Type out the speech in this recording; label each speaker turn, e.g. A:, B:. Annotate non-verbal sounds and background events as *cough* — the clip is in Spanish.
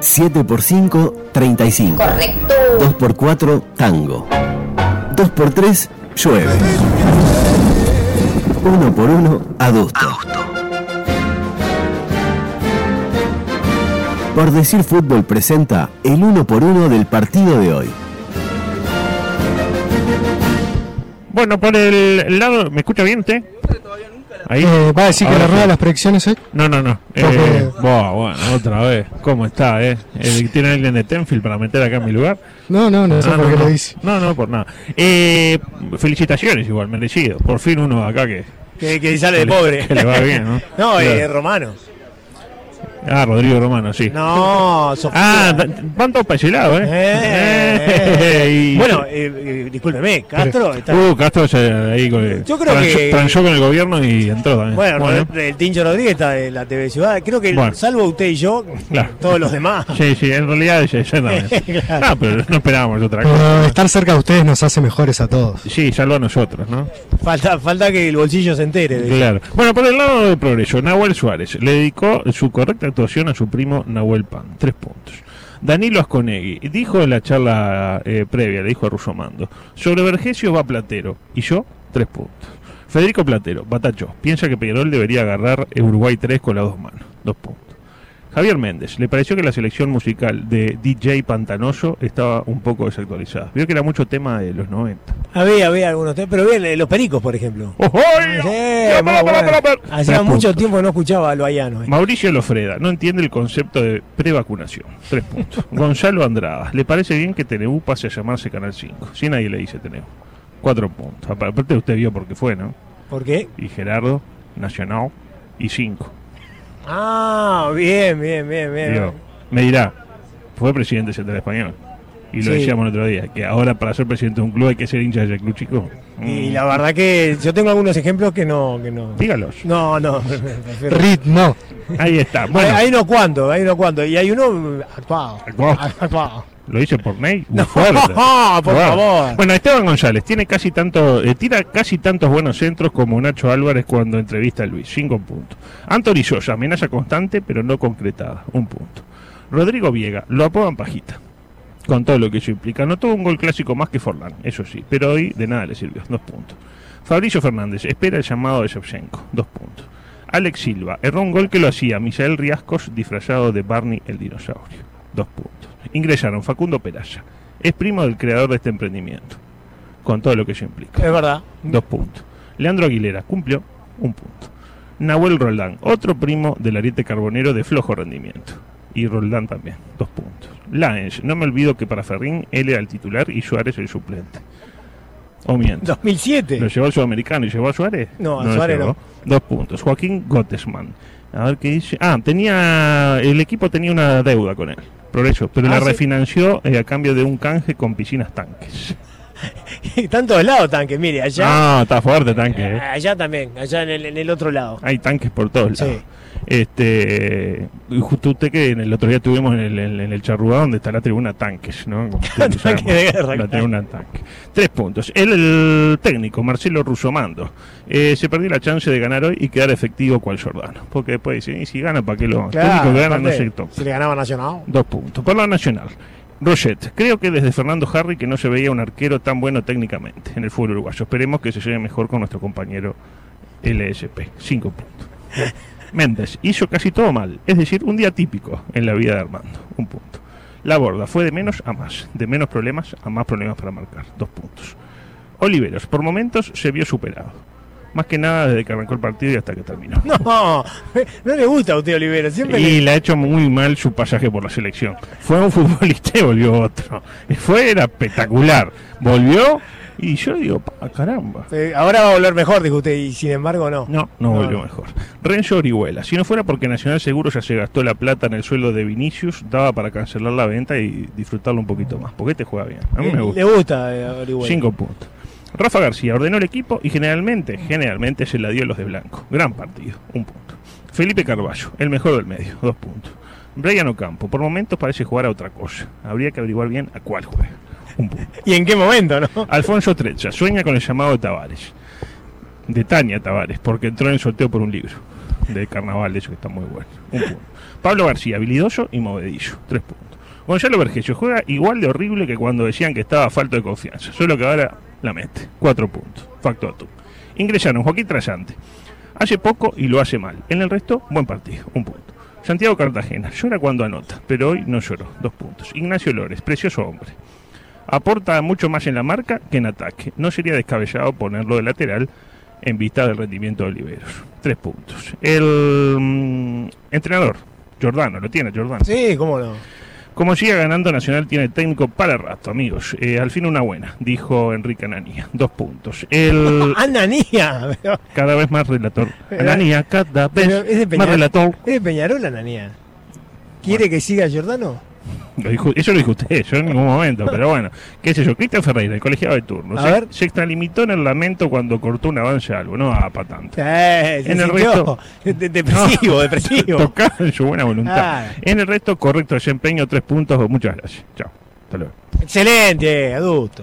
A: 7 por 5, 35.
B: Correcto.
A: 2 por 4, tango. 2 por 3, llueve. 1 por 1, adusto. Por decir fútbol presenta el 1 por 1 del partido de hoy.
C: Bueno, por el lado. ¿Me escucha bien, te? Ahí.
D: Eh, ¿Va a decir que
C: Ahora
D: la
C: sí.
D: rueda de las predicciones hoy?
C: No, no, no.
D: Ya
C: Eh,
D: fue.
C: buah, bueno, otra vez. ¿Cómo está, eh? El- ¿Tiene alguien de Tenfield para meter acá en mi lugar?
D: No, no, no sé
C: Ah,
D: por
C: no,
D: qué
C: no.
D: lo dice.
C: No, no, por nada. Eh, felicitaciones, igual, merecido. Por fin uno acá que,
E: Que, que sale de
C: le-
E: pobre.
C: que le va bien, ¿no?
E: *laughs* No, eh,
C: Claro.
E: Romano.
C: Ah, Rodrigo Romano, sí.
E: No, Sofía.
C: Ah, da- van todos para ese lado, ¿eh?
E: Eh,
C: Eh, *laughs* y-
E: Bueno, eh, eh, discúlpeme, Castro está.
C: Uh, Castro se- ahí con el-
E: Yo creo
C: tranchó-
E: que-
C: tranchó con el gobierno y entró también.
E: Bueno, el Tincho Rodríguez está de la TV Ciudad. Creo que
C: Bueno.
E: salvo usted y yo,
C: Claro.
E: todos los demás.
C: Sí, sí, en realidad es exactamente.
E: *laughs* Claro.
C: No, pero no esperábamos otra cosa.
D: Pero estar cerca de ustedes nos hace mejores a todos.
C: Sí, salvo a nosotros, ¿no?
E: Falta, falta que el bolsillo se entere. de-
C: Claro. Bueno, por el lado de progreso, Nahuel Suárez le dedicó su correcta actuación a su primo Nahuel Pan. Tres puntos. Danilo Asconegui dijo en la charla eh, previa, le dijo a Rusomando, sobre Vergesio va Platero y yo, tres puntos. Federico Platero, Batacho, piensa que Peñarol debería agarrar el Uruguay 3 con las dos manos, dos puntos. Javier Méndez, le pareció que la selección musical de DJ Pantanoso estaba un poco desactualizada. Vio que era mucho tema de los 90.
E: Había, había algunos temas, pero bien, eh, los pericos, por ejemplo. Sí,
C: Pará,
E: muy
C: pará,
E: bueno.
C: pará, pará.
E: Hacía
C: Tres
E: mucho
C: puntos.
E: tiempo que no escuchaba a Loayano. eh.
C: Mauricio Lofreda no entiende el concepto de prevacunación. Tres
E: *laughs*
C: puntos. Gonzalo Andrada, ¿le parece bien que TNU pase a llamarse Canal 5? Si nadie le dice TNU. Cuatro puntos. Apa- Aparte usted vio por qué fue, ¿no?
E: ¿Por qué?
C: Y Gerardo, Nacional y 5.
E: Ah, bien, bien, bien, bien.
C: Digo, me dirá, fue presidente central español. Y lo
E: Sí.
C: decíamos el otro día, que ahora para ser presidente de un club hay que ser hincha del club chico.
E: Y
C: Mm.
E: la verdad que yo tengo algunos ejemplos que no, que no.
C: Dígalos.
E: No,
C: *laughs*
E: no. *laughs* prefiero-
D: Rit, no.
C: Ahí
E: *laughs*
C: está.
E: Hay,
C: Bueno,
E: hay unos cuantos, hay unos cuantos. Y hay uno eh, actuado. Ah,
C: Actuado.
E: Actuado.
C: lo hice por Ney. muy fuerte.
E: *laughs* por
C: Bueno.
E: favor.
C: Bueno, Esteban González tiene casi tanto, eh, tira casi tantos buenos centros como Nacho Álvarez cuando entrevista a Luis, cinco puntos. Anthony Sosa, amenaza constante pero no concretada, un punto. Rodrigo Viega, lo apodan pajita, con todo lo que eso implica. No tuvo un gol clásico más que Forlán, eso sí, pero hoy de nada le sirvió, dos puntos. Fabricio Fernández, espera el llamado de Shevchenko, dos puntos. Alex Silva, erró un gol que lo hacía Misael Riascos disfrazado de Barney el dinosaurio, dos puntos. Ingresaron Facundo Peralla, es primo del creador de este emprendimiento, con todo lo que eso implica.
E: Es verdad.
C: Dos puntos. Leandro Aguilera cumplió un punto. Nahuel Roldán, otro primo del ariete carbonero de flojo rendimiento. Y Roldán también, dos puntos. Lange, no me olvido que para Ferrín él era el titular y Suárez el suplente. O miento.
E: 2007.
C: ¿Lo llevó al sudamericano y llevó a Suárez?
E: eh. No, a
C: lo
E: Suárez
C: llevó. Dos puntos. Joaquín Gottesman. A ver qué dice. Ah, tenía. El equipo tenía una deuda con él. Progreso. Pero
E: Ah,
C: la
E: sí.
C: refinanció eh, a cambio de un canje con piscinas tanques.
E: *laughs* Están todos lados tanques, mire, allá.
C: Ah, está fuerte tanque. eh.
E: Allá también, allá en el, en el otro lado.
C: Hay tanques por todos
E: Sí.
C: lados. Este, y justo usted que en el otro día tuvimos en el, en el Charrúa donde está la tribuna tanques, ¿no? Como
E: *laughs*
C: usted lo
E: Tanque
C: llama,
E: de guerra,
C: La
E: claro.
C: tribuna tanque. Tres puntos. El, el técnico, Marcelo Rusomando, eh, se perdió la chance de ganar hoy y quedar efectivo cual Jordano. Porque después dicen, y si gana, ¿para qué lo? el técnico que gana no
E: aparte,
C: se toca.
E: Si le
C: *laughs*
E: ganaba Nacional.
C: Dos puntos. Por la nacional. Roget, creo que desde Fernando Harry que no se veía un arquero tan bueno técnicamente en el fútbol uruguayo. Esperemos que se lleve mejor con nuestro compañero LSP. Cinco puntos. Méndez, hizo casi todo mal, es decir, un día típico en la vida de Armando. Un punto. La borda fue de menos a más, de menos problemas a más problemas para marcar. Dos puntos. Oliveros, por momentos se vio superado. Más que nada desde que arrancó el partido y hasta que terminó.
E: No, no le gusta a usted, Olivero. Siempre
C: Y
E: le-
C: le ha hecho muy mal su pasaje por la selección. Fue un *laughs* futbolista y volvió otro. Fue, era espectacular. Volvió y yo digo, pa, caramba.
E: Eh, ahora va a volver mejor, dijo usted, y sin embargo no.
C: No, no
E: No.
C: volvió mejor. Renzo Orihuela. Si no fuera porque Nacional Seguro ya se gastó la plata en el sueldo de Vinicius, daba para cancelar la venta y disfrutarlo un poquito más. Porque este juega bien. A mí
E: Eh,
C: me gusta.
E: Le gusta eh, a Orihuela.
C: Cinco puntos. Rafa García ordenó el equipo y generalmente, generalmente se la dio a los de blanco. Gran partido, un punto. Felipe Carballo, el mejor del medio, dos puntos. Brian Ocampo, por momentos parece jugar a otra cosa. Habría que averiguar bien a cuál juega. Un punto.
E: ¿Y en qué momento, no?
C: *laughs* Alfonso Trecha, sueña con el llamado de Tavares. De Tania Tavares, porque entró en el sorteo por un libro. de carnaval, de eso que está muy bueno. Un punto. Pablo García, habilidoso y movedillo. Tres puntos. Gonzalo Vergesio juega igual de horrible que cuando decían que estaba falto de confianza, solo que ahora la mete. Cuatro puntos. Factotum. Ingresaron Joaquín Trasante. Hace poco y lo hace mal. En el resto, buen partido. Un punto. Santiago Cartagena. Llora cuando anota, pero hoy no lloró. Dos puntos. Ignacio Lores. Precioso hombre aporta mucho más en la marca que en ataque. No sería descabellado ponerlo de lateral en vista del rendimiento de Oliveros. Tres puntos. El mm, entrenador, Jordano, lo tiene Jordano.
E: Sí, cómo no.
C: Como siga ganando Nacional tiene técnico para rato, amigos. Eh, al fin una buena, dijo Enrique Ananía. Dos puntos. El
E: Ah, Ananía. *laughs* pero-
C: cada vez más relator.
E: Pero-
C: Ananía cada
E: Eh, pero es
C: vez
E: de
C: más
E: Peñarol.
C: relator.
E: ¿Es de Peñarol, Ananía? ¿Quiere que siga Giordano?
C: Lo dijo- eso lo dijo usted, yo en ningún momento, pero bueno, qué sé yo, Cristian Ferreira, el colegiado de turno,
E: A
C: se,
E: ver.
C: se extralimitó en el lamento cuando cortó un avance algo, no a patante.
E: Eh, se
C: En el
E: sintió
C: resto-
E: de- *laughs* de-
C: *laughs*
E: Depresivo, depresivo.
C: Tocaba en su buena voluntad.
E: Ah.
C: En el resto, correcto desempeño, tres puntos, muchas gracias. Chao. Hasta luego.
E: Excelente, adulto.